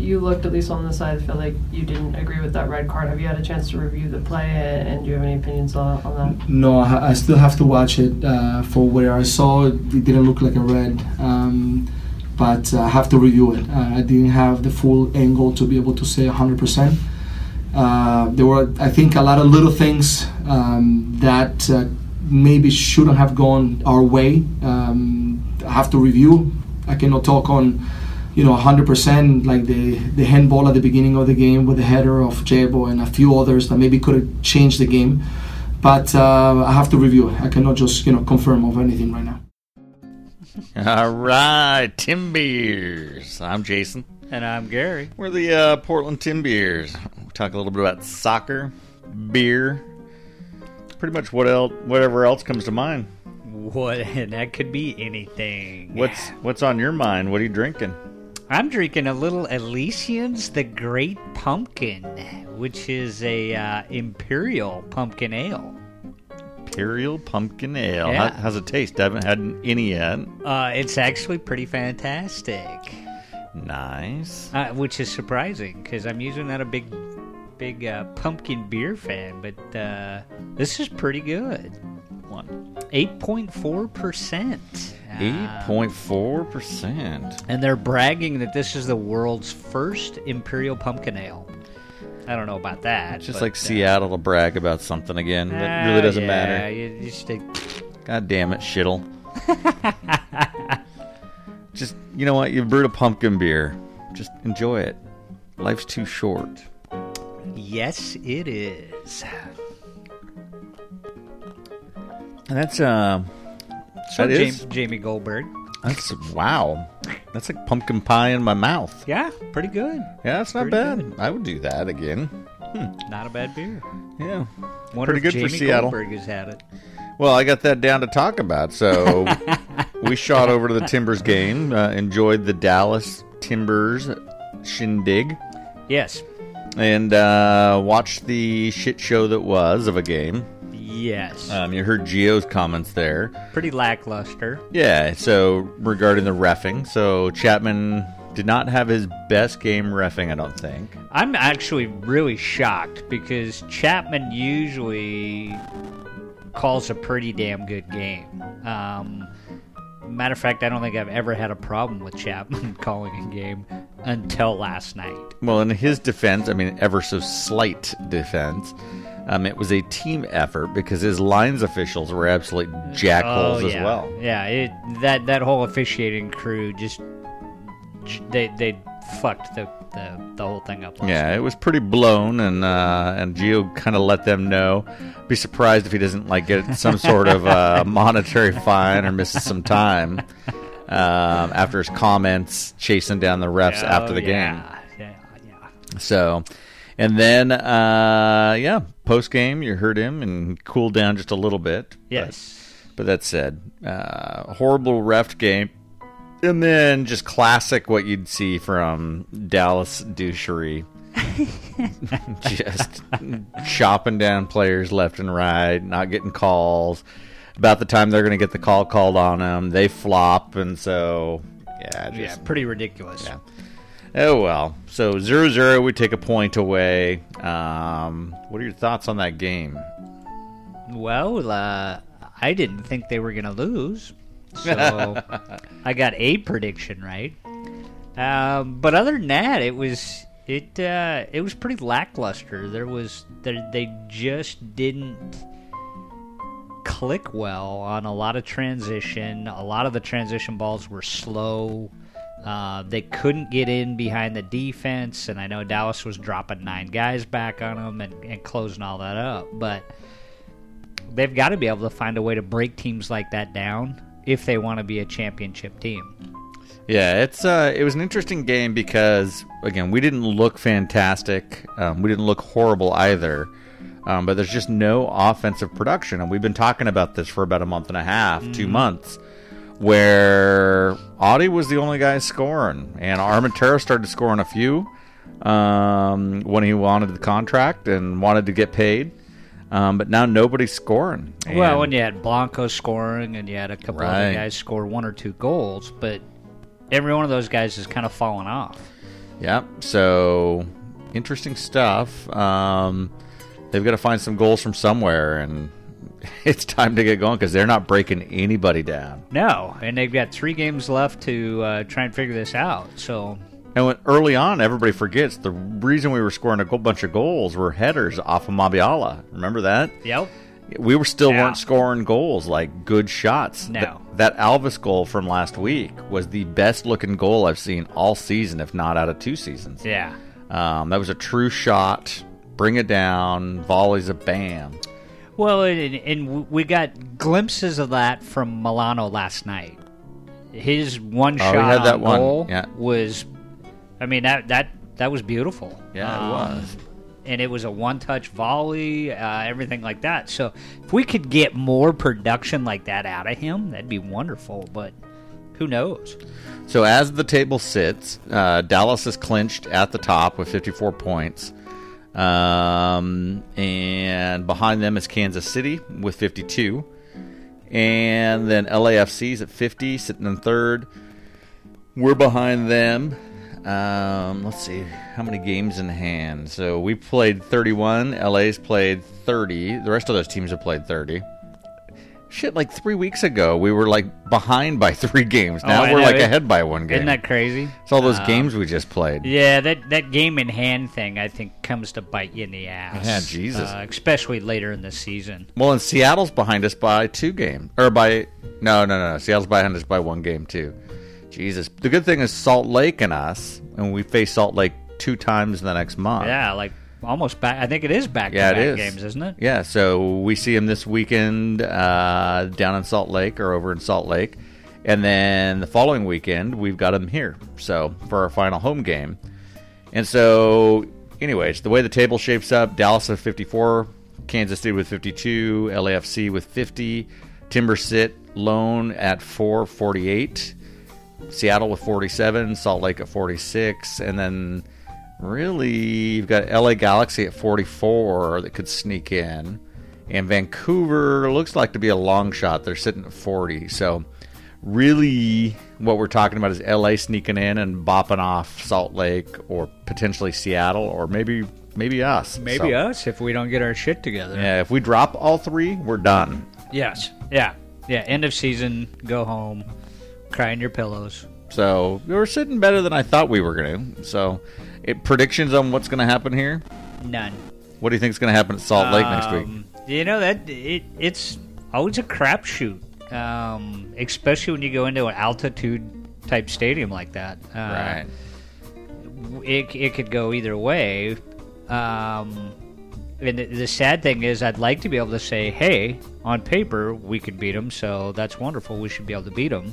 Lisa on the side, I feel like you didn't agree with that red card. Have you had a chance to review the play, and, and do you have any opinions on, on that? No, I, I still have to watch it uh, for where I saw it. It didn't look like a red, um, but I have to review it. Uh, I didn't have the full angle to be able to say 100%. Uh, there were, I think, a lot of little things um, that uh, maybe shouldn't have gone our way. Um, I have to review. I cannot talk on, you know, 100% like the, the handball at the beginning of the game with the header of Jebo and a few others that maybe could have changed the game. But uh, I have to review. I cannot just, you know, confirm of anything right now. All right, Tim Beers. I'm Jason. And I'm Gary. We're the uh, Portland Tim Beers. We'll talk a little bit about soccer, beer, pretty much what else, whatever else comes to mind. What? And that could be anything. What's what's on your mind? What are you drinking? I'm drinking a little Elysians the Great Pumpkin, which is a uh, imperial pumpkin ale. Imperial Pumpkin Ale. Yeah. How, how's it taste? I haven't had any yet. Uh, it's actually pretty fantastic, Nice. uh, which is surprising because I'm usually not a big, big uh, pumpkin beer fan, but uh, this is pretty good. One. Eight point four percent. Uh, Eight point four percent. And they're bragging that this is the world's first imperial pumpkin ale. I don't know about that. Just but, like uh, Seattle to brag about something again. That really ah, doesn't yeah, matter. you- you just think, God damn it, shittle. Just you know what? You brewed a pumpkin beer. Just enjoy it. Life's too short. yes, it is. And that's um. So That Jam- is- Jamie Goldberg. That's wow. That's like pumpkin pie in my mouth. Yeah, pretty good. Yeah, that's not Pretty bad. good. I would do that again. Not a bad beer. Yeah. Wonder Pretty if good for Jamie Seattle. Goldberg has had it. Well, I got that down to talk about. So we shot over to the Timbers game, uh, enjoyed the Dallas Timbers shindig, Yes, and uh, watched the shit show that was of a game. yes. Um, you heard Gio's comments there. pretty lackluster. Yeah, so regarding the refing, so Chapman did not have his best game refing, I don't think. I'm actually really shocked because Chapman usually calls a pretty damn good game. Um, matter of fact, I don't think I've ever had a problem with Chapman calling a game until last night. Well, in his defense, I mean, ever so slight defense, um, it was a team effort because his lines officials were absolute jackholes as Oh, yeah. well. Yeah, it, that that whole officiating crew just j- they they fucked the the, the whole thing up. Last Yeah, it was pretty blown, and uh, and Gio kind of let them know. Be surprised if he doesn't like get some sort of uh, monetary fine or misses some time um, after his comments chasing down the refs after the game. Oh, Yeah, yeah. So, and then, uh, yeah, post game, you heard him and cooled down just a little bit. Yes. But, but that said, uh, horrible ref game. And then just classic what you'd see from Dallas douchery. just chopping down players left and right, not getting calls. About the time they're going to get the call called on them, they flop. And so, yeah, yeah, just pretty ridiculous. yeah. Oh well. So zero zero, we take a point away. Um, what are your thoughts on that game? Well, uh, I didn't think they were going to lose, so I got a prediction right. Um, but other than that, it was it uh, it was pretty lackluster. There was there, they just didn't click well on a lot of transition. A lot of the transition balls were slow. Uh, they couldn't get in behind the defense, and I know Dallas was dropping nine guys back on them and, and closing all that up. But they've got to be able to find a way to break teams like that down if they want to be a championship team. Yeah, it's uh, it was an interesting game because again, we didn't look fantastic. Um, we didn't look horrible either. Um, but there's just no offensive production, and we've been talking about this for about a month and a half, two months, where Audi was the only guy scoring, and Armentero started scoring a few um, when he wanted the contract and wanted to get paid. Um, but now nobody's scoring. well, And- when you had Blanco scoring and you had a couple Right. other guys score one or two goals, but every one of those guys has kind of fallen off. Yeah. So interesting stuff. Um, they've got to find some goals from somewhere, and it's time to get going because they're not breaking anybody down. No, and they've got three games left to uh, try and figure this out. So And when, early on, everybody forgets the reason we were scoring a go- bunch of goals were headers off of Mabiala. Remember that? yep, We were still Yeah. weren't scoring goals like good shots. No. Th- that Alvis goal from last week was the best looking goal I've seen all season, if not out of two seasons. yeah. Um, that was a true shot. Bring it down. Volley's a bam. Well, and, and w- we got glimpses of that from Milano last night. His one Oh, shot he had on that one. goal Yeah. was, I mean that that that was beautiful. Yeah, Um, it was. and it was a one-touch volley, uh, everything like that. So if we could get more production like that out of him, that'd be wonderful. But who knows? So as the table sits, uh, Dallas is clinched at the top with 54 points, um, and behind them is Kansas City with 52, and then LAFC's at 50, sitting in third. We're behind them. Um, let's see how many games in hand. So we played 31. LA's played 30. The rest of those teams have played 30. Shit, like three weeks ago, we were like behind by three games. Now Oh, I we're know. like It- ahead by one game. Isn't that crazy? It's all those games we just played. Yeah, that, that game in hand thing, I think, comes to bite you in the ass. Yeah, Jesus. Uh, especially later in the season. Well, and Seattle's behind us by two games, or by no, no, no, no. Seattle's behind us by one game too. Jesus. The good thing is Salt Lake and us, and we face Salt Lake two times in the next month. Yeah, like almost back. I think it is back Yeah, to it back is. games, isn't it? Yeah, so we see him this weekend uh, down in Salt Lake or over in Salt Lake. And then the following weekend, we've got him here. So for our final home game. And so, anyways, the way the table shapes up Dallas with 54, Kansas City with 52, LAFC with 50, Timber Sit lone at 448. Seattle with 47, Salt Lake at 46, and then really you've got LA Galaxy at 44 that could sneak in. And Vancouver looks like to be a long shot. They're sitting at 40. So really what we're talking about is LA sneaking in and bopping off Salt Lake or potentially Seattle or maybe maybe us. Maybe So, us if we don't get our shit together. Yeah, if we drop all three, we're done. Yes. Yeah. Yeah. End of season. Go home. Cry in your pillows. So we were sitting better than I thought we were going to. So it, predictions on what's going to happen here? None. What do you think is going to happen at Salt Lake next week? Um, You know that it, it's always a crapshoot, um, especially when you go into an altitude type stadium like that. Uh, Right. it, it could go either way. Um, and the, the sad thing is, I'd like to be able to say, hey, on paper, we could beat them, so that's wonderful. We should be able to beat them.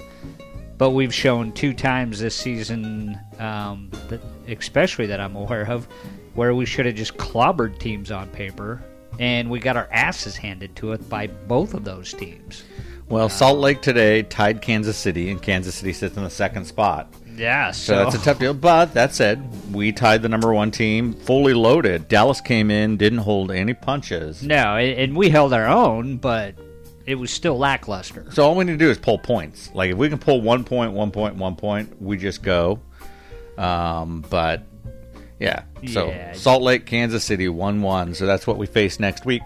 But we've shown two times this season, um, that, especially that I'm aware of, where we should have just clobbered teams on paper, and we got our asses handed to us by both of those teams. Well, Salt Lake today tied Kansas City, and Kansas City sits in the second spot. Yeah, So so, that's a tough deal. But that said, we tied the number one team, fully loaded. Dallas came in, didn't hold any punches. no, and and we held our own, but it was still lackluster. So all we need to do is pull points. Like if we can pull one point, one point, one point, we just go. Um, but yeah, so Yeah. Salt Lake, Kansas City, one-one. So that's what we face next week.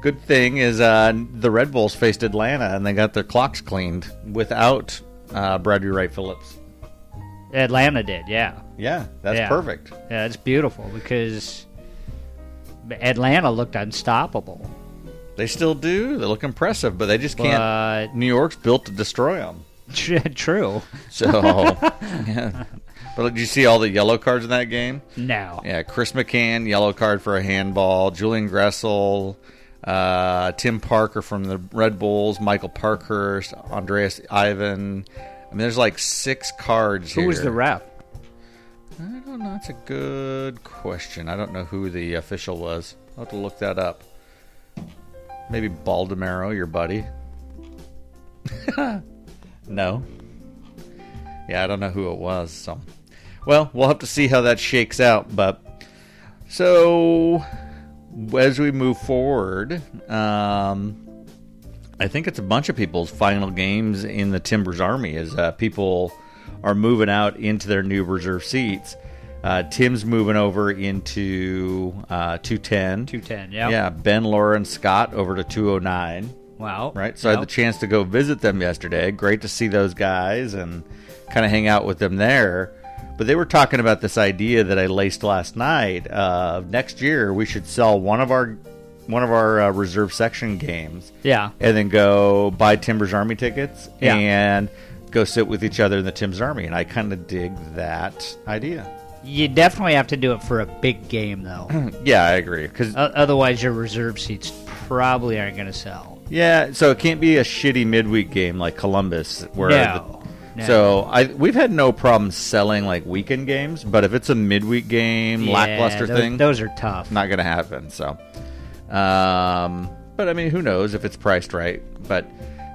Good thing is uh, the Red Bulls faced Atlanta and they got their clocks cleaned without uh, Bradley Wright Phillips. Atlanta did, yeah. Yeah, that's Yeah. perfect. Yeah, it's beautiful because Atlanta looked unstoppable. They still do. They look impressive, but they just can't. But New York's built to destroy them. tr- true. So, yeah. But did you see all the yellow cards in that game? No. Yeah, Chris McCann, yellow card for a handball. Julian Gressel, uh, Tim Parker from the Red Bulls, Michael Parkhurst, Andreas Ivan. I mean, there's like six cards Who here. was the ref? I don't know. That's a good question. I don't know who the official was. I'll have to look that up. Maybe Baldemaro, your buddy. no. Yeah, I don't know who it was. So, well, we'll have to see how that shakes out. But so, as we move forward, um, I think it's a bunch of people's final games in the Timbers Army as uh, people are moving out into their new reserve seats. Uh, Tim's moving over into uh, 210. 210, yeah. Yeah, Ben, Laura, and Scott over to 209. Wow. Right. So I had the Yep. chance to go visit them yesterday. Great to see those guys and kind of hang out with them there. But they were talking about this idea that I laced last night of next year we should sell one of our one of our uh, reserve section games yeah. and then go buy Timbers Army tickets Yeah. and go sit with each other in the Tim's Army. And I kind of dig that idea. You definitely have to do it for a big game, though. Yeah, I agree. Because O- Otherwise, your reserve seats probably aren't going to sell. yeah, so it can't be a shitty midweek game like Columbus where the, no. No. So I we've had no problem selling like weekend games, but if it's a midweek game, Yeah, lackluster tho- thing, Those are tough. not gonna happen. So, um, but I mean, who knows if it's priced right? But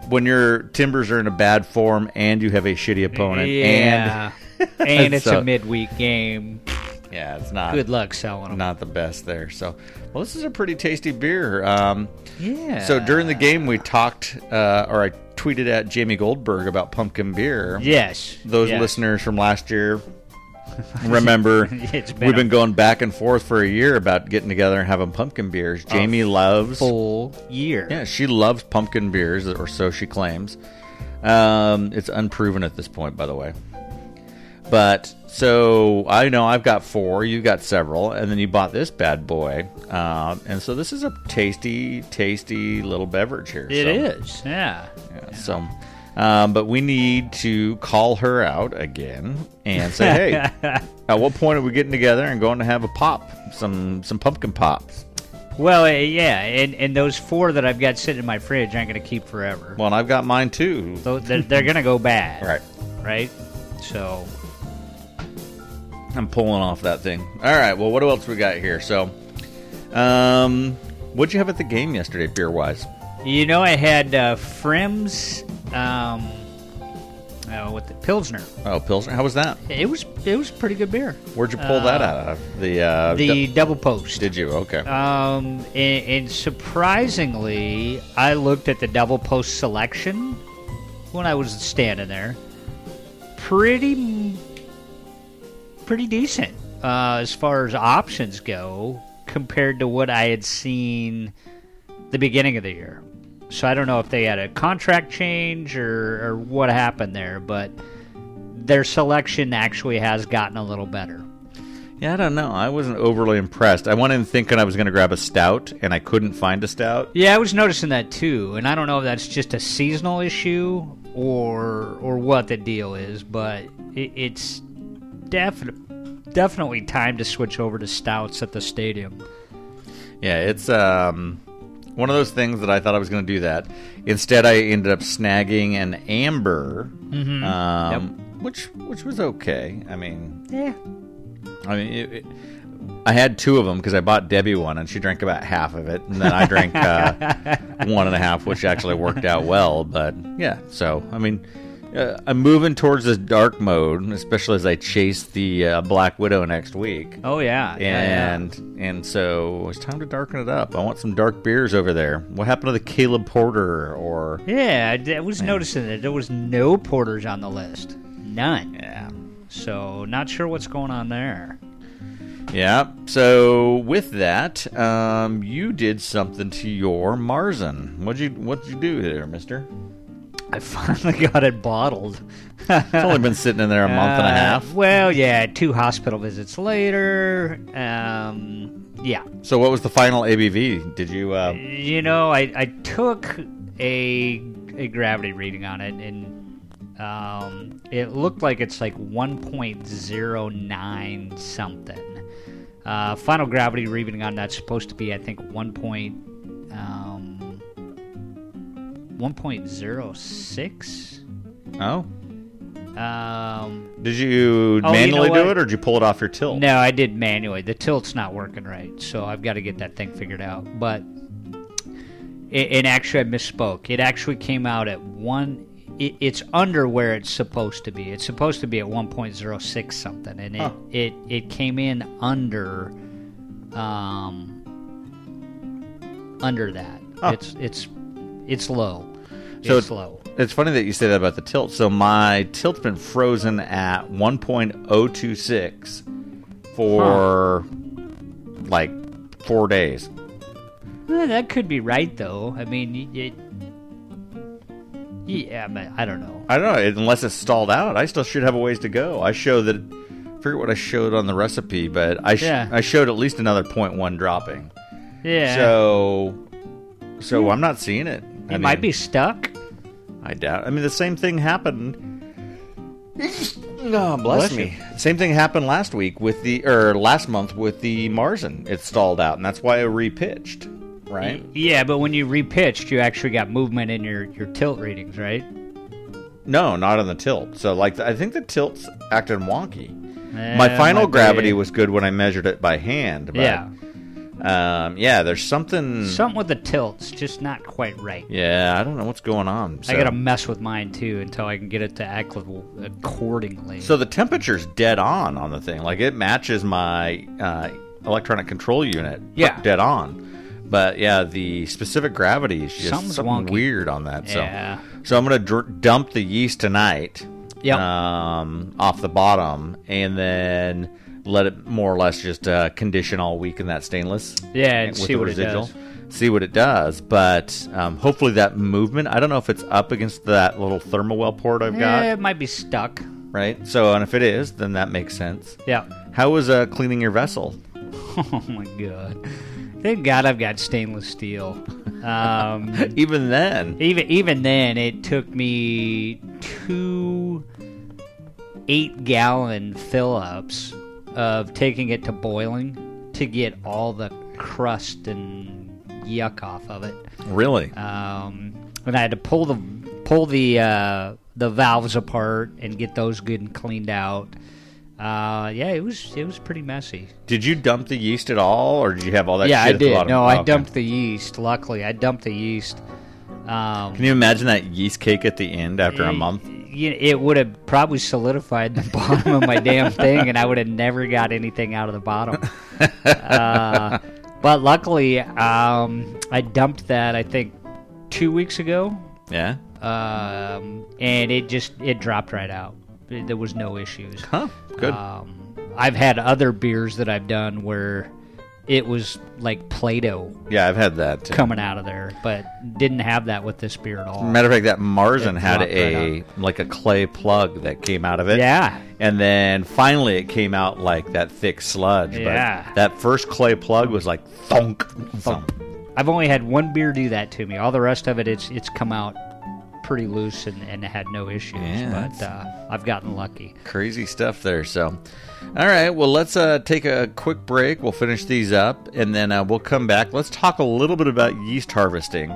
when your timbers are in a bad form and you have a shitty opponent, yeah. And, it's So- a midweek game. and yeah, it's not Good luck selling them. not the best there. So, well, this is a pretty tasty beer. Um, Yeah. So during the game, we talked, uh, or I tweeted at Jamie Goldberg about pumpkin beer. Yes. those yes. listeners from last year remember It's been we've been a going back and forth for a year about getting together and having pumpkin beers jamie loves full year. yeah she loves pumpkin beers or so she claims um, it's unproven at this point by the way but so i know i've got four you've got several and then you bought this bad boy um, and so this is a tasty tasty little beverage here It so. is. Yeah. Yeah, So, um, but we need to call her out again and say, hey, at what point are we getting together and going to have a pop, some some pumpkin pops? Well, eh, yeah, and and those four that I've got sitting in my fridge, I'm going to keep forever. Well, and I've got mine too. So they're, they're going to go bad. All right, Right. So I'm pulling off that thing. All right, well, what else we got here? So, um, what'd you have at the game yesterday, beer wise? you know, I had uh, Frims, um, uh, with the Pilsner. Oh, Pilsner. How was that? It was it was pretty good beer. Where'd you pull that out of? The uh, The du- double post. did you? Okay. Um, and, and surprisingly, I looked at the double post selection when I was standing there. Pretty, m- pretty decent uh, as far as options go compared to what I had seen the beginning of the year. So I don't know if they had a contract change or, or what happened there, but their selection actually has gotten a little better. Yeah, I don't know. I wasn't overly impressed. I went in thinking I was going to grab a stout, and I couldn't find a stout. Yeah, I was noticing that too, and I don't know if that's just a seasonal issue or or what the deal is, but it, it's definitely definitely time to switch over to stouts at the stadium. Yeah, it's um, one of those things that I thought I was going to do that. Instead, I ended up snagging an amber, um, which which was okay. I mean, Yeah, I mean, it, it, I had two of them because I bought Debbie one, and she drank about half of it, and then I drank uh, one and a half, which actually worked out well. But yeah, so I mean. Uh, I'm moving towards this dark mode, especially as I chase the uh, Black Widow next week Oh yeah, yeah, yeah. and and so it's time to darken it up. I want some dark beers over there. What happened to the Caleb Porter? Or yeah, I d- I was noticing that there was no porters on the list, none. yeah, So not sure what's going on there. yeah. So with that, um, you did something to your Marzen. What'd you What'd you do there, Mister? I finally got it bottled. It's only been sitting in there a month and a Uh, half. Well, yeah, two hospital visits later. Um, yeah, So what was the final ABV? Did you? Uh, you know, I, I took a a gravity reading on it, and um, it looked like it's like 1.09 something. Uh, final gravity reading on that's supposed to be, I think, 1. Point, um, 1.06. Uh, oh, Um, did you know manually do what? it, or did you pull it off your tilt? No, I did manually. The tilt's not working right, so I've got to get that thing figured out. But it, and actually, I misspoke. It actually came out at one. It, it's under where it's supposed to be. It's supposed to be at 1.06 something, and it Huh. it, it came in under um under that. Huh. It's it's it's low. So it's it- low. It's funny that you say that about the tilt. So my tilt's been frozen at 1.026 for like four days. Well, Eh, that could be right, though. I mean, y- it. Yeah, but I don't know. I don't know, unless it's stalled out. I still should have a ways to go. I show that. I forget what I showed on the recipe, but I sh- Yeah. I showed at least another point one dropping. Yeah, So, so I'm not seeing it. it might be stuck. I doubt. I mean, the same thing happened. No, bless, Bless me. Same thing happened last week with the or last month with the Marzen. It stalled out, and that's why I repitched. Right? Yeah, but when you repitched, you actually got movement in your your tilt readings, right? No, not on the tilt. So, like, I think the tilt's acting wonky. Uh, My final gravity was good when I measured it by hand. But, yeah, Um, yeah. There's something. something with the tilts, just not quite right. yeah, I don't know what's going on. So. I gotta mess with mine too until I can get it to act accordingly. So the temperature's dead on on the thing. Like it matches my uh, electronic control unit. Yeah. Dead on. But yeah, the specific gravity is just Something's something wonky. weird on that. Yeah. So, so I'm gonna dr- dump the yeast tonight. Yep. Um, off the bottom, and then let it more or less just uh, condition all week in that stainless. Yeah, and with see the what it residual. does. See what it does, but um, hopefully that movement. I don't know if it's up against that little thermal well port I've got Eh, it might be stuck. right? So, and if it is, then that makes sense. Yeah. How was uh, cleaning your vessel? Oh my god. Thank God I've got stainless steel. Um, Even then, even even then, it took me two eight gallon fill ups of taking it to boiling to get all the crust and yuck off of it. really? um, and I had to pull the pull the uh, the valves apart and get those good and cleaned out. Uh, yeah, it was it was pretty messy. Did you dump the yeast at all, or did you have all that? yeah, I shit At the did. bottom? No, Oh, I okay. dumped the yeast. Luckily, I dumped the yeast. Um, Can you imagine that yeast cake at the end after a y- month? y- it would have probably solidified the bottom of my damn thing, and I would have never got anything out of the bottom. uh, but luckily, um, I dumped that. I think two weeks ago, Yeah. um, and it just it dropped right out. It- There was no issues. Huh. Good. Um, I've had other beers that I've done where it was like Play-Doh yeah, I've had that. Too. coming out of there, but didn't have that with this beer at all. Matter of fact, that Marzen had dropped a right like a clay plug that came out of it. Yeah. And then finally, it came out like that thick sludge. Yeah. But that first clay plug was like thunk. thunk. I've only had one beer do that to me. All the rest of it, it's it's come out pretty loose and, and had no issues. Yeah, but uh, I've gotten lucky. crazy stuff there so all right well let's uh, take a quick break we'll finish these up and then uh, we'll come back let's talk a little bit about yeast harvesting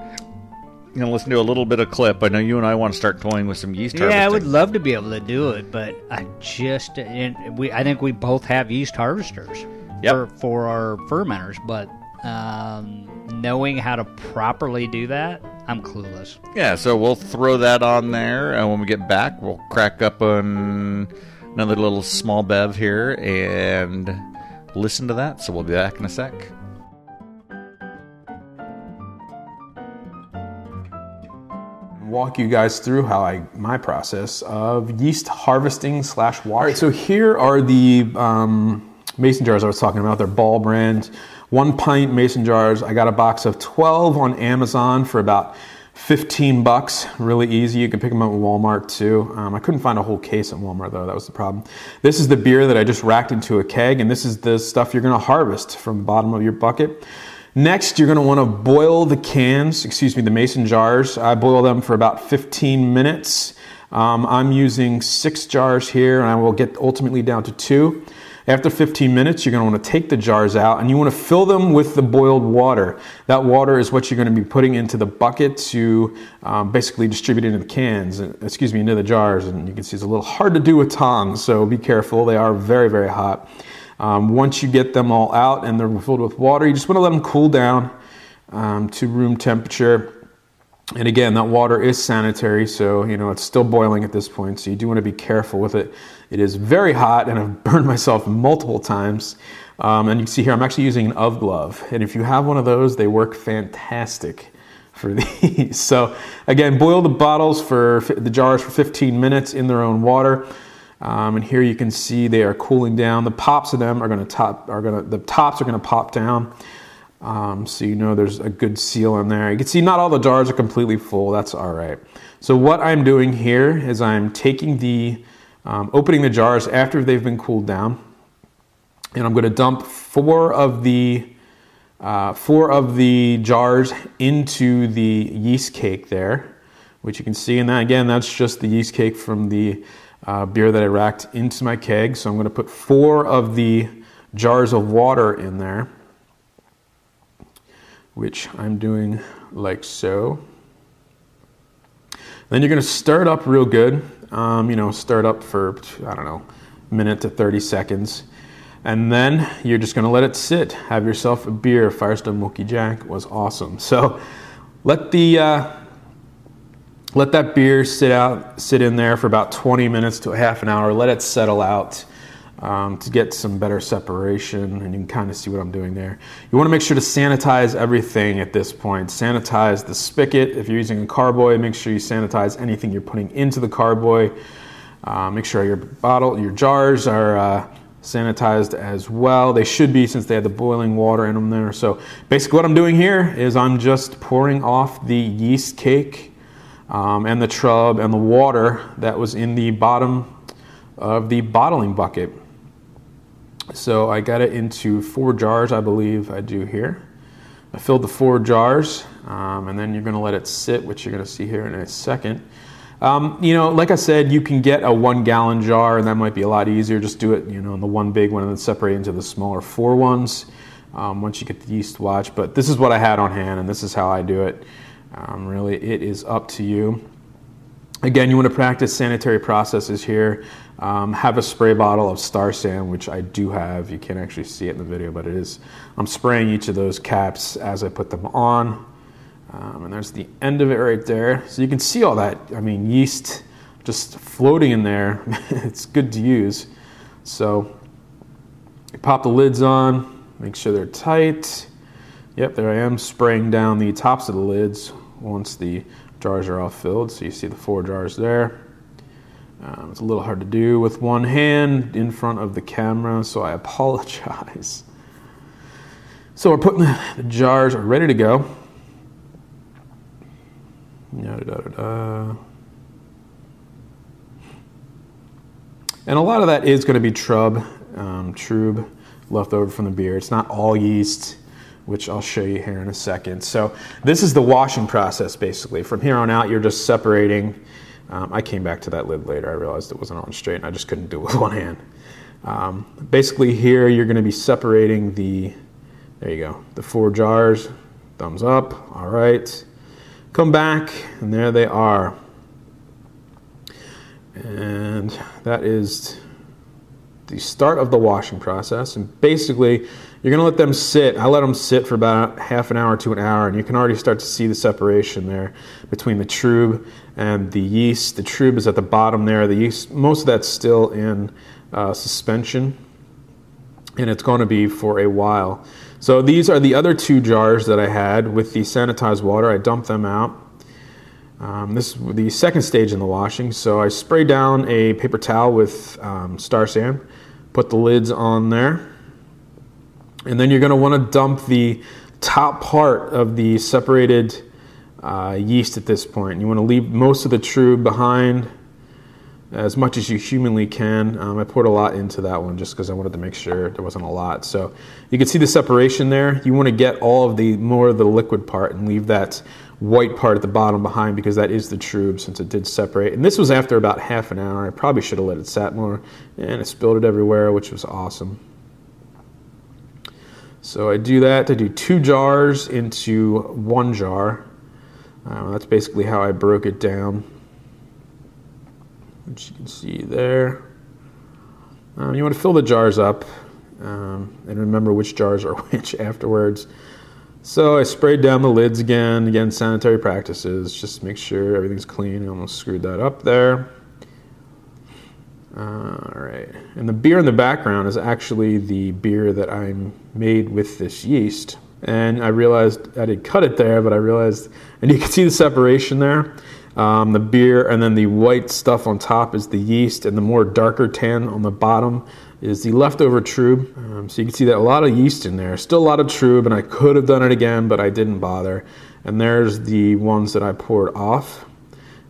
and listen to a little bit of clip i know you and i want to start toying with some yeast harvesting Yeah, I would love to be able to do it, but I just and we I think we both have yeast harvesters Yep. for for our fermenters, but um, knowing how to properly do that, I'm clueless. yeah so we'll throw that on there and when we get back we'll crack up on another little small bev here and listen to that so we'll be back in a sec walk you guys through how I my process of yeast harvesting slash water. All right, so here are the um, mason jars I was talking about. They're Ball brand, one pint mason jars. I got a box of twelve on Amazon for about. 15 bucks, really easy. You can pick them up at Walmart too. Um, I couldn't find a whole case at Walmart though, that was the problem. This is the beer that I just racked into a keg, and this is the stuff you're gonna harvest from the bottom of your bucket. Next, you're going to want to boil the cans, excuse me, the mason jars. I boil them for about 15 minutes. Um, I'm using six jars here, and I will get ultimately down to two. After 15 minutes, you're going to want to take the jars out and you want to fill them with the boiled water. That water is what you're going to be putting into the bucket to um, basically distribute it into the cans, uh, excuse me, into the jars. And you can see it's a little hard to do with tongs, so be careful. They are very, very hot. Um, once you get them all out and they're filled with water, you just want to let them cool down um, to room temperature. And again, that water is sanitary, so you know it's still boiling at this point. So you do want to be careful with it. It is very hot, and I've burned myself multiple times. Um, and you can see here, I'm actually using an of glove, and if you have one of those, they work fantastic for these. So again, boil the bottles for the jars for 15 minutes in their own water. Um, and here you can see they are cooling down. The pops of them are going to top are going to the tops are going to pop down. Um, so you know there's a good seal in there. You can see not all the jars are completely full. That's all right. So what I'm doing here is I'm taking the um, opening the jars after they've been cooled down, and I'm going to dump four of the uh, four of the jars into the yeast cake there, which you can see. And that, again, that's just the yeast cake from the uh, beer that I racked into my keg. So I'm going to put four of the jars of water in there, which I'm doing like so. Then you're going to stir it up real good. Um, you know, stir it up for, I don't know, a minute to 30 seconds. And then you're just going to let it sit. Have yourself a beer. Firestone Monkey Jack was awesome. So let the. Uh, let that beer sit out, sit in there for about 20 minutes to a half an hour. Let it settle out um, to get some better separation, and you can kind of see what I'm doing there. You want to make sure to sanitize everything at this point. Sanitize the spigot. If you're using a carboy, make sure you sanitize anything you're putting into the carboy. Uh, make sure your bottle, your jars are. Uh, sanitized as well. They should be since they had the boiling water in them there. So basically, what I'm doing here is I'm just pouring off the yeast cake um, and the trub and the water that was in the bottom of the bottling bucket. So I got it into four jars, I believe I do here. I filled the four jars, um, and then you're going to let it sit, which you're going to see here in a second. Um, you know, like I said, you can get a one gallon jar, and that might be a lot easier. Just do it, you know, in the one big one and then separate into the smaller four ones um, once you get the yeast watch. But this is what I had on hand, and this is how I do it. Um, really, it is up to you. Again, you want to practice sanitary processes here. Um, have a spray bottle of Star Sand, which I do have. You can't actually see it in the video, but it is. I'm spraying each of those caps as I put them on. Um, and there's the end of it right there. So you can see all that, I mean, yeast just floating in there. it's good to use. So pop the lids on, make sure they're tight. Yep, there I am spraying down the tops of the lids once the jars are all filled. So you see the four jars there. Um, it's a little hard to do with one hand in front of the camera, so I apologize. So we're putting the jars are ready to go. Da, da, da, and a lot of that is going to be trub, um, trub left over from the beer. It's not all yeast, which I'll show you here in a second. So this is the washing process, basically. From here on out, you're just separating. Um, I came back to that lid later. I realized it wasn't on straight, and I just couldn't do it with one hand. Um, basically, here you're going to be separating the. There you go. The four jars. Thumbs up. All right come back, and there they are. And that is the start of the washing process. And basically, you're going to let them sit. I let them sit for about half an hour to an hour, and you can already start to see the separation there between the trub and the yeast. The trub is at the bottom there. The yeast, most of that's still in uh, suspension, and it's going to be for a while. So these are the other two jars that I had with the sanitized water. I dumped them out. Um, this is the second stage in the washing. So I spray down a paper towel with um, star sand, put the lids on there, and then you're going to want to dump the top part of the separated uh, yeast at this point. You want to leave most of the true behind as much as you humanly can. Um, I poured a lot into that one just because I wanted to make sure there wasn't a lot. So you can see the separation there. You want to get all of the more of the liquid part and leave that white part at the bottom behind because that is the trube since it did separate. And this was after about half an hour. I probably should have let it sat more and it spilled it everywhere, which was awesome. So I do that. I do two jars into one jar. Um, that's basically how I broke it down which you can see there. Um, you want to fill the jars up um, and remember which jars are which afterwards. So I sprayed down the lids again. Again, sanitary practices. Just make sure everything's clean. I almost screwed that up there. Uh, all right. And the beer in the background is actually the beer that I made with this yeast. And I realized I did cut it there, but I realized, and you can see the separation there. um, the beer, and then the white stuff on top is the yeast, and the more darker tan on the bottom is the leftover trub. Um, so you can see that a lot of yeast in there, still a lot of trub, and I could have done it again, but I didn't bother. And there's the ones that I poured off.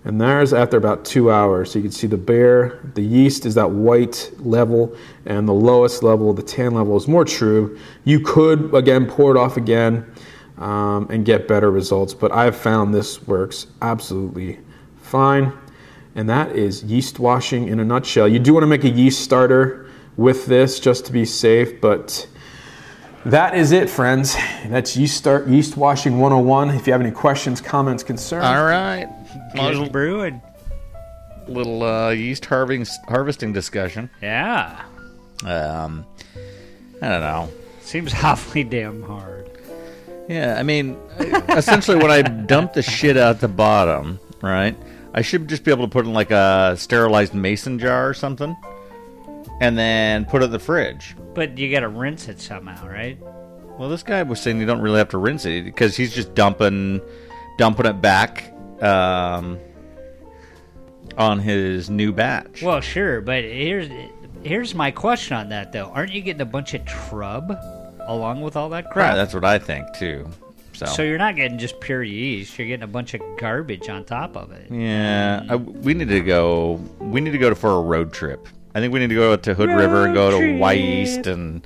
And there's after about two hours. So you can see the beer, the yeast is that white level, and the lowest level, the tan level, is more true. You could, again, pour it off again um, and get better results, but I've found this works absolutely fine. And that is yeast washing in a nutshell. You do want to make a yeast starter with this just to be safe, but that is it, friends. That's yeast start yeast washing 101. If you have any questions, comments, concerns, All right. Good brewing. little uh, yeast harvesting harvesting discussion. Yeah. Um, I don't know. Seems awfully damn hard. Yeah, I mean, essentially, when I dump the shit out the bottom, right? I should just be able to put it in like a sterilized mason jar or something, and then put it in the fridge. But you gotta rinse it somehow, right? Well, this guy was saying you don't really have to rinse it because he's just dumping, dumping it back um, on his new batch. Well, sure, but here's here's my question on that though. Aren't you getting a bunch of trub along with all that right, crap? that's what I think too. So, so you're not getting just pure yeast. You're getting a bunch of garbage on top of Mm-hmm. it. yeah, I, we need to go. We need to go to, for a road trip. I think we need to go to Hood River and go to Y East and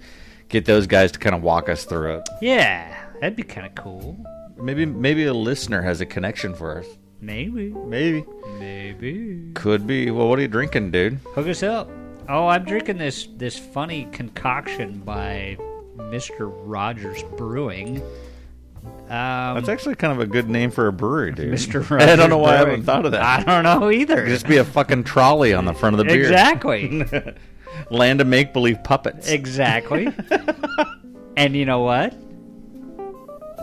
get those guys to kind of walk us through it. Yeah, that'd be kind of cool. Maybe maybe a listener has a connection for us. Maybe, Maybe maybe. could be. Well, what are you drinking, dude? Hook us up. Oh, I'm drinking this this funny concoction by Mr. Rogers Brewing. Um, That's actually kind of a good name for a brewery, dude. Mr. I don't know Rogers why I Brewing. haven't thought of that. I don't know either. Could just be a fucking trolley on the front of the beer. exactly. Land of make believe puppets. Exactly. and you know what?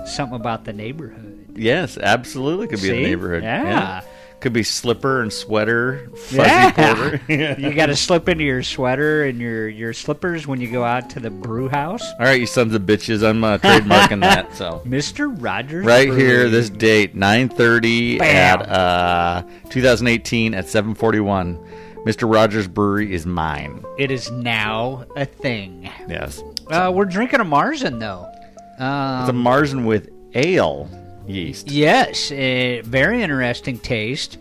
Something about the neighborhood. yes, absolutely. Could be See? a neighborhood. Yeah. Could be slipper and sweater, fuzzy Yeah. porter. You got to slip into your sweater and your, your slippers when you go out to the brew house. All right, you sons of bitches. I'm uh, trademarking that. So Mr. Rogers. right Brewery. here, this date, 9:30 Bam. at uh, 2018 at 7:41. Mr. Rogers Brewery is mine. It is now a thing. Yes, Uh, we're drinking a Marzen, though. it's a Um, Marzen with ale yeast. yes, a very interesting taste.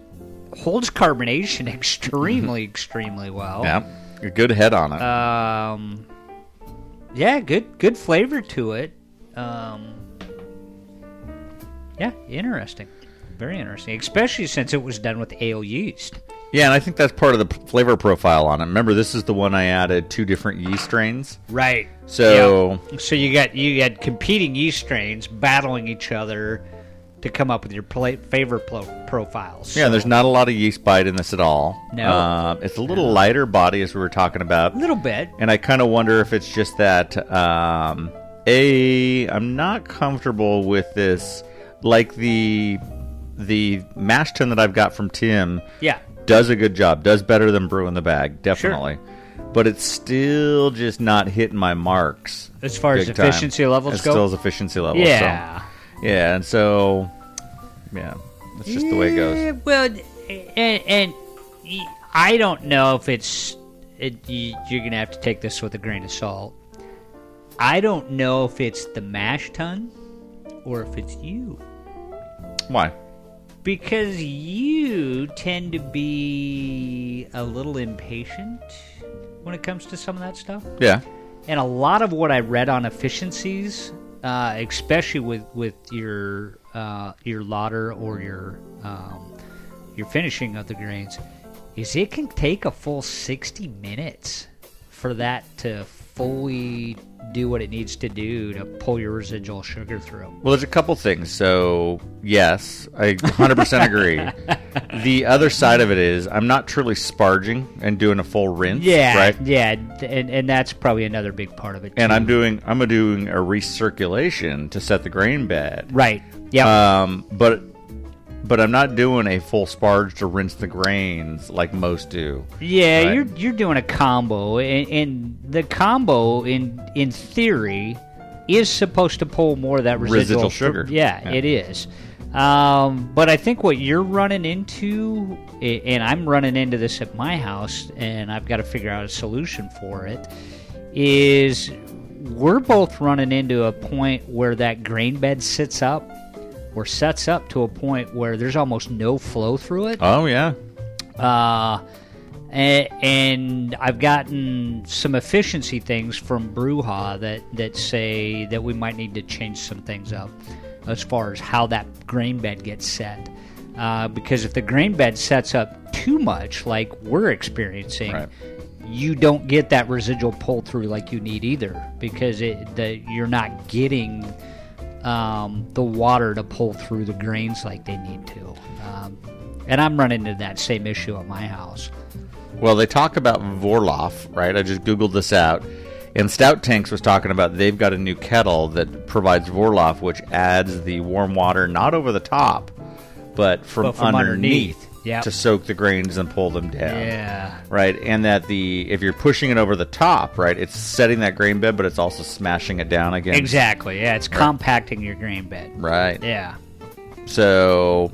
Holds carbonation extremely, extremely well. Yeah, a good head on it. Um, yeah, good good flavor to it. Um, yeah, interesting, very interesting, especially since it was done with ale yeast. Yeah, and I think that's part of the p- flavor profile on it. Remember, this is the one I added two different yeast strains. Right. So- so you got you got competing yeast strains battling each other to come up with your pla flavor plo- profiles. Yeah, there's not a lot of yeast bite in this at all. No. Uh, it's a little lighter body, as we were talking about. a little bit. And I kind of wonder if it's just that, um, A, I'm not comfortable with this. Like the the mash tun that I've got from Tim Yeah. does a good job, does better than Brew in the Bag, definitely. But it's still just not hitting my marks. As far as big time. efficiency levels It's go? still as efficiency levels. Yeah. So. Yeah, and so, yeah, that's just the way it Yeah, goes. Eh, Well, and, and y- I don't know if it's it, you, you're gonna have to take this with a grain of salt. I don't know if it's the mash tun or if it's you, Why? because you tend to be a little impatient when it comes to some of that stuff. Yeah. And a lot of what I read on efficiencies, uh, especially with with your uh, your lauder or your um, your finishing of the grains, is it can take a full sixty minutes for that to fully do what it needs to do to pull your residual sugar through. Well, there's a couple things. So, yes, I 100% agree. the other side of it is I'm not truly sparging and doing a full rinse. Yeah, Right. yeah, and, and that's probably another big part of it. And too. I'm doing I'm doing a recirculation to set the grain bed. right. Yeah, Um, but but I'm not doing a full sparge to rinse the grains like most do. Yeah, Right. you're you're doing a combo, and, and the combo in in theory is supposed to pull more of that Residual residual, sugar. Yeah, Yeah. it is. Um, but I think what you're running into, a- and I'm running into this at my house, and I've got to figure out a solution for it, is we're both running into a point where that grain bed sits up or sets up to a point where there's almost no flow through it. Oh yeah. Uh, a- and I've gotten some efficiency things from Bruja that, that say that we might need to change some things up as far as how that grain bed gets set. Uh, because if the grain bed sets up too much, like we're experiencing, Right. you don't get that residual pull through like you need either because it the, you're not getting um, the water to pull through the grains like they need to. Um, and I'm running into that same issue at my house. Well, they talk about Vorloff, right? I just googled this out, and Stout Tanks was talking about they've got a new kettle that provides Vorloff, which adds the warm water not over the top, but from, But from underneath, underneath, yep. to soak the grains and pull them down. Yeah. Right, and that the if you're pushing it over the top, right, it's setting that grain bed, but it's also smashing it down again. Exactly. Yeah, it's compacting your grain bed. Right. Yeah. So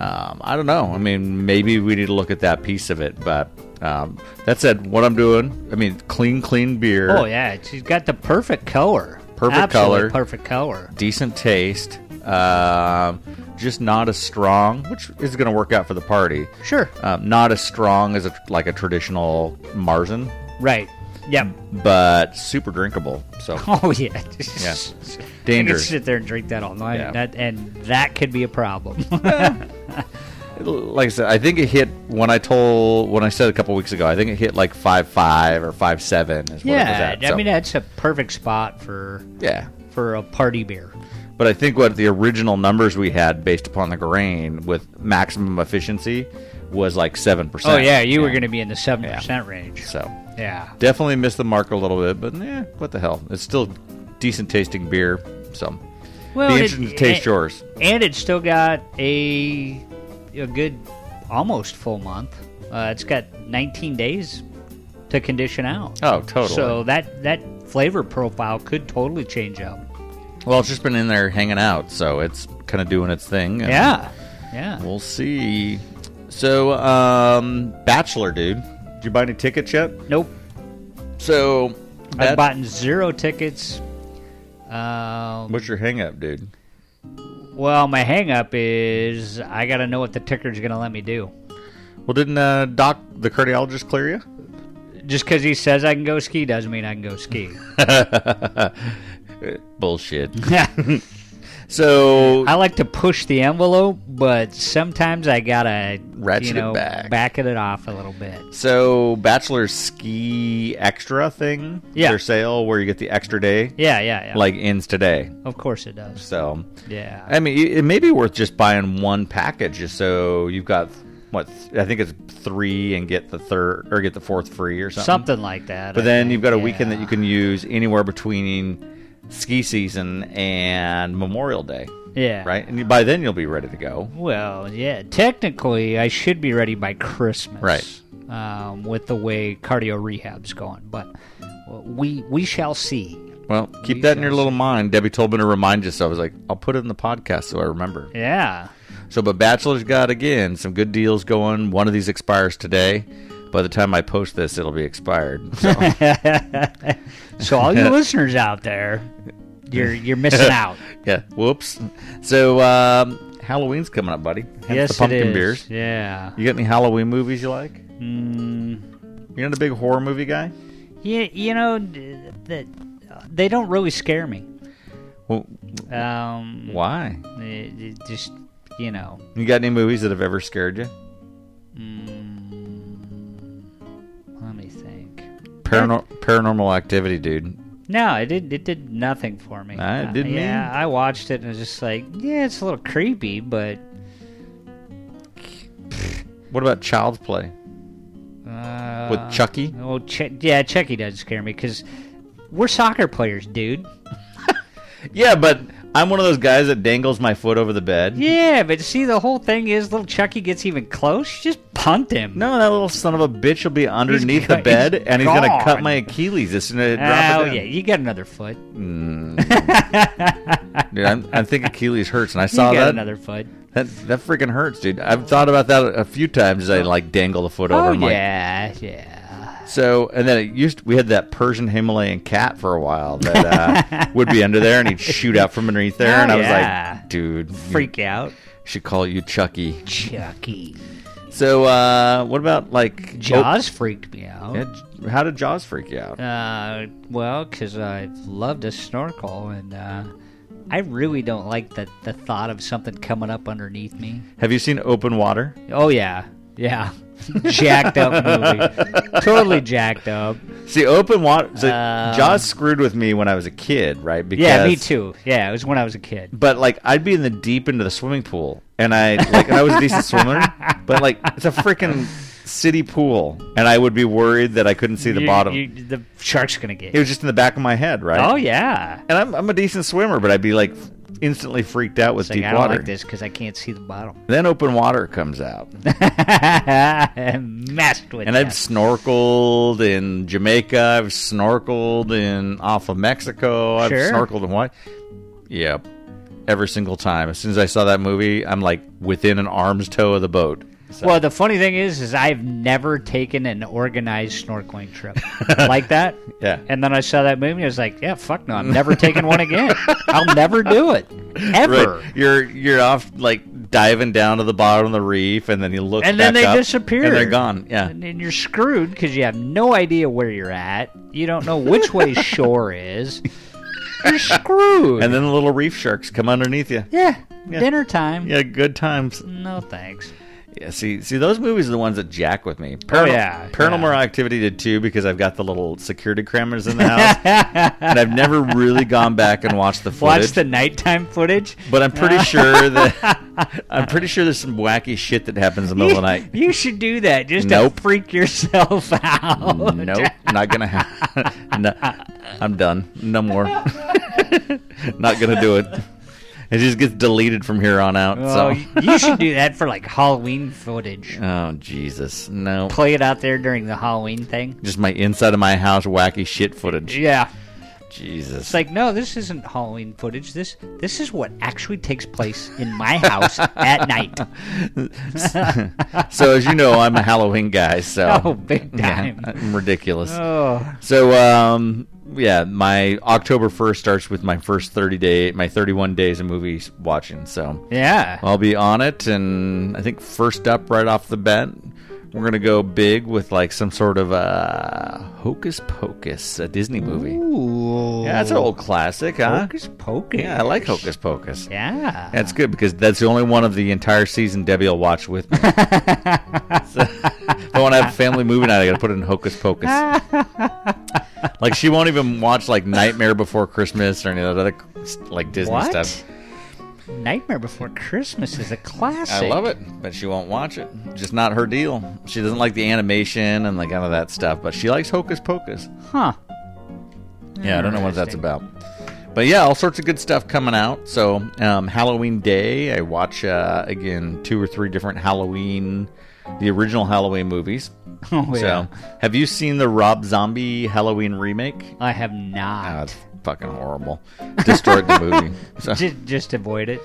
um, I don't know. I mean, maybe we need to look at that piece of it. But um, that said, what I'm doing, I mean, clean, clean beer. Oh yeah, it's- she's got the perfect color. Perfect Absolute color. Perfect color. Decent taste. Um, just not as strong, which is going to work out for the party. Sure. Um, not as strong as a, like a traditional Marzen, Right. Yep. but super drinkable. So Oh yeah. Yeah. I could dangerous. sit there and drink that all night, Yeah. that, and that could be a problem. like I said, I think it hit when I told when I said a couple weeks ago. I think it hit like five five or five seven. Is what it was yeah, at, I so, mean that's a perfect spot for yeah. for a party beer. But I think what the original numbers we had based upon the grain with maximum efficiency was like 7%. Oh yeah, you were going to be in the seven percent range. So Yeah. definitely missed the mark a little bit, but yeah, what the hell. It's still decent tasting beer. So Well, be and it- interesting to taste and- yours. and it's still got a a good almost full month. Uh, it's got 19 days to condition out. Oh, totally. So that that flavor profile could totally change up. well, it's just been in there hanging out, so it's kind of doing its thing. and Yeah. Yeah. We'll see. So, um, Bachelor, dude, did you buy any tickets yet? Nope. So, that- I've bought zero tickets. Um, what's your hang up, dude? well, my hang up is I got to know what the ticker's going to let me do. Well, didn't uh, Doc, the cardiologist, clear you? Just because he says I can go ski doesn't mean I can go ski. Bullshit. So I like to push the envelope, but sometimes I gotta Ratchet you it know, back. back it off a little bit. so bachelor ski extra thing. Yeah. Their sale where you get the extra day. Yeah, yeah, yeah. Like ends today. of course it does. So Yeah, I mean it it may be worth just buying one package just so you've got what I think it's three and get the third or get the fourth free or something. something like that. But I then think, you've got a yeah. weekend that you can use anywhere between ski season and Memorial Day. Yeah. Right? And you- by then you'll be ready to go. Well, yeah. Technically, I should be ready by Christmas. Right. Um, with the way cardio rehab's going, but we we shall see. Well, keep that in your little mind. Debbie told me to remind you, so I was like, I'll put it in the podcast so I remember. Yeah. So, but Bachelor's got again some good deals going. One of these expires today. By the time I post this, it'll be expired. So, So all you listeners out there, you're you're missing out. yeah, whoops. So, um, Halloween's coming up, buddy. Hence yes, the pumpkin it is. beers. Yeah. You got any Halloween movies you like? Mm. You're not a big horror movie guy. Yeah, you know, d- that they don't really scare me. Well, Um, why? it- it just you know, You got any movies that have ever scared you? let me think. Parano- paranormal Activity, dude. No, it did. It did nothing for me. Uh, Ah, it did me. yeah, I watched it and was just like, yeah, it's a little creepy, but What about Child's Play uh, with Chucky? Oh, Ch- yeah, Chucky doesn't scare me because we're soccer players, dude. Yeah, but I'm one of those guys that dangles my foot over the bed. Yeah, but see, the whole thing is, little Chucky gets even close, she just hunt him. No, that little son of a bitch will be underneath the he's bed, and he's gonna cut gone. my Achilles. It's gonna drop Oh it down. yeah, you got another foot. You Dude, I'm, I think Achilles hurts, and I saw got that. another foot. That that freaking hurts, dude. I've thought about that a few times as I like dangle the foot over. Oh I'm like, yeah, yeah. So, and then it used we had that Persian Himalayan cat for a while that uh, would be under there, and he'd shoot out from underneath there, Oh, and I was yeah. like, dude, you Freak out, should call you Chucky. Chucky. Oh. So, uh, what about like Jaws freaked me Oh, out. yeah, J- how did Jaws freak you out? Uh, well, because I love to snorkel, and uh, I really don't like the, the thought of something coming up underneath me. Have you seen Open Water? Oh, yeah. Yeah. jacked up movie. totally jacked up. See, Open Water. So Um, Jaws screwed with me when I was a kid, right? Because Yeah, me too. Yeah, it was when I was a kid. but like I'd be in the deep into the swimming pool, and I like and I was a decent swimmer, but like it's a freaking city pool, and I would be worried that I couldn't see the You- bottom. you- the shark's going to get it you. was just in the back of my head, right? Oh, yeah. And I'm I'm a decent swimmer, but I'd be like instantly freaked out with It's like, deep I don't water. like this because I can't see the bottom. Then open water comes out, Messed with and that. I've snorkeled in Jamaica. I've snorkeled in off of Mexico. I've Sure. snorkeled in what? Yep. Every single time. As soon as I saw that movie, I'm like within an arm's toe of the boat. So- Well, the funny thing is, is I've never taken an organized snorkeling trip like that. Yeah. And then I saw that movie, and I was like, yeah, fuck no, I'm never taking one again. I'll never do it ever. Right. You're you're off like diving down to the bottom of the reef, and then you look. And then back they up, disappear. And they're gone. Yeah. And, and you're screwed because you have no idea where you're at. You don't know which way shore is. You're screwed. And then the little reef sharks come underneath you. yeah, dinner time. Yeah, good times. No thanks. Yeah, see, see, those movies are the ones that jack with me. Oh, yeah, Paranormal yeah. Activity did too because I've got the little security cameras in the house, and I've never really gone back and watched the footage. Watch the nighttime footage. but I'm pretty sure that I'm pretty sure there's some wacky shit that happens in the middle of the night. You should do that just Nope. to freak yourself out. Nope, not gonna happen. no, I'm done. No more. not gonna do it. It just gets deleted from here on out. Oh, so, you should do that for like Halloween footage. oh Jesus, no! Play it out there during the Halloween thing. Just my inside of my house wacky shit footage. Yeah. Jesus, It's like, no, this isn't Halloween footage. This this is what actually takes place in my house at night. so as you know, I'm a Halloween guy. So, Oh, big yeah, time. I'm ridiculous. Oh. So, um, yeah, my October first starts with my first 30 day, my 31 days of movies watching. So, Yeah. I'll be on it, and I think first up, right off the bat, we're gonna go big with like some sort of uh, Hocus Pocus, a Disney movie. Ooh. Yeah, that's an old classic, huh? Hocus pocus. Yeah, I like Hocus Pocus. Yeah. That's good because that's the only one of the entire season Debbie will watch with me. so, if I want to have a family movie night, I got to put in Hocus Pocus. like she won't even watch like Nightmare Before Christmas or any of that other like Disney what? stuff. Nightmare Before Christmas is a classic. I love it, but she won't watch it. Just not her deal. She doesn't like the animation and like all of that stuff, but she likes Hocus Pocus. Huh. Yeah, I don't know what that's Interesting. about. But yeah, all sorts of good stuff coming out. So um, Halloween Day, I watch uh, again two or three different Halloween, the original Halloween movies. Oh, yeah. So, have you seen the Rob Zombie Halloween remake? I have Oh, not. it's fucking horrible. Destroyed the movie. So- just, just avoid it.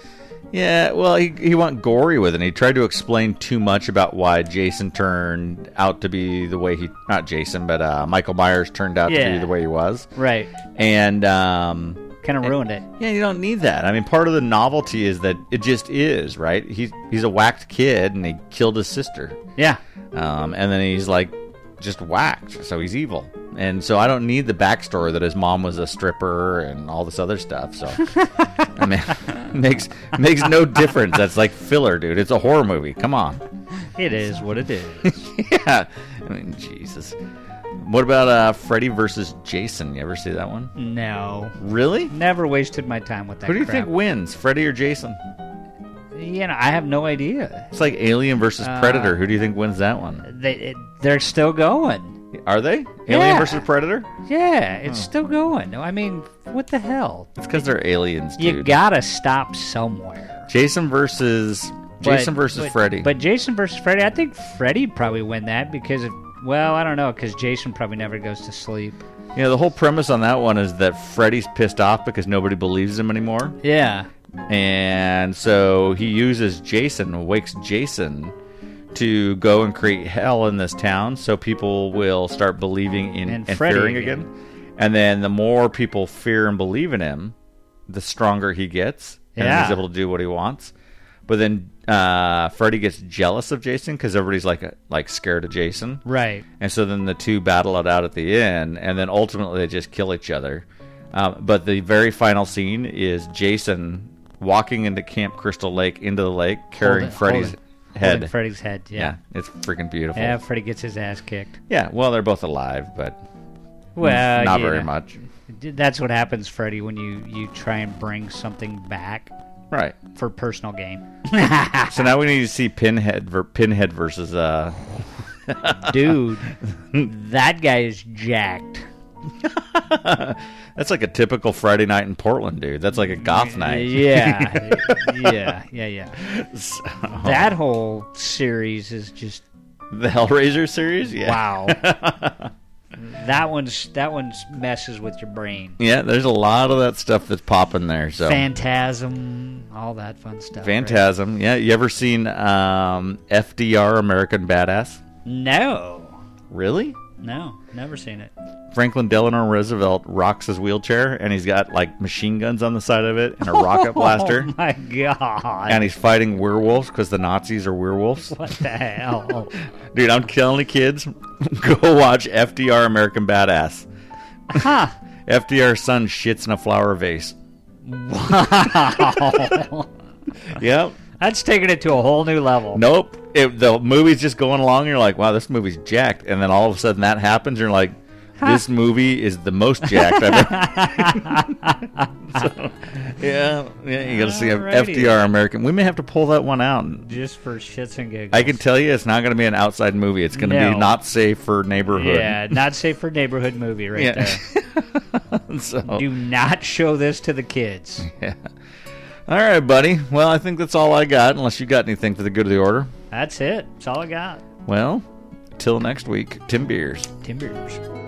yeah, well, he, he went gory with it. And he tried to explain too much about why Jason turned out to be the way he, not Jason, but uh, Michael Myers turned out to be Yeah. the way he was. Right. And um, Kind of ruined it. yeah, you don't need that. I mean, part of the novelty is that it just is, right? He's, he's a whacked kid and he killed his sister. Yeah. Um, and then he's like just whacked, so he's evil. And so I don't need the backstory that his mom was a stripper and all this other stuff. So I mean, makes makes no difference. That's like filler, dude. It's a horror movie. Come on. It is what it is. Yeah. I mean, Jesus. What about uh, Freddy versus Jason? You ever see that one? no. Really? Never wasted my time with that. Who do you crap. think wins, Freddy or Jason? You know, I have no idea. It's like Alien versus Uh, Predator. Who do you think wins that one? They it- they're still going. Are they Alien Yeah. versus Predator? Yeah, it's still going. I mean, what the hell? It's because they're aliens, dude. You gotta stop somewhere. Jason versus Jason versus but- Freddy. But Jason versus Freddy, I think Freddy probably win that because of well, I don't know because Jason probably never goes to sleep. you know, the whole premise on that one is that Freddy's pissed off because nobody believes him anymore. Yeah, And so he uses Jason, wakes Jason to go and create hell in this town so people will start believing in And and, Freddy fearing again. again. And then the more people fear and believe in him, the stronger he gets. And Yeah. he's able to do what he wants. But then uh, Freddy gets jealous of Jason because everybody's like like scared of Jason. right. And so then the two battle it out at the end, and then ultimately they just kill each other. Um, but the very final scene is Jason walking into Camp Crystal Lake, into the lake, carrying Hold it, Freddy's hold it. head. Holding Freddy's head. yeah. Yeah. it's freaking beautiful. yeah. Yeah. Freddy gets his ass kicked. well, they're both alive, but Well, Mm, not you very know, much. That's what happens, Freddy, when you you try and bring something back Right. for personal gain. So now we need to see Pinhead ver- Pinhead versus uh Dude, that guy is jacked. that's like a typical Friday night in Portland, dude. That's like a goth night. Yeah, yeah, yeah, yeah. That whole series is just The Hellraiser series? Yeah. wow. that one's that one's messes with your brain. Yeah, there's a lot of that stuff that's popping there. So Phantasm, all that fun stuff. right? Phantasm. Yeah, you ever seen um, FDR American Badass? No, Really? no, never seen it. Franklin Delano Roosevelt rocks his wheelchair and he's got like machine guns on the side of it and a rocket blaster Oh my god! and he's fighting werewolves because the Nazis are werewolves. what the hell? Dude, I'm telling you kids, go watch FDR American Badass. huh? FDR's son shits in a flower vase. yep. Oh. That's taking it to a whole new level. Nope. It, the movie's just going along. And you're like, wow, this movie's jacked. And then all of a sudden that happens. You're like, this movie is the most jacked I've ever. so, yeah, yeah. You got to see a Alrighty. FDR American. We may have to pull that one out. Just for shits and giggles. I can tell you, it's not going to be an outside movie. It's going to No. be not safe for neighborhood. Yeah, not safe for neighborhood movie right Yeah. there. So, Do not show this to the kids. all right, buddy. Well, I think that's all I got. Unless you got anything for the good of the order. That's it. That's all I got. Well, till next week. Tim Beers. Timbers.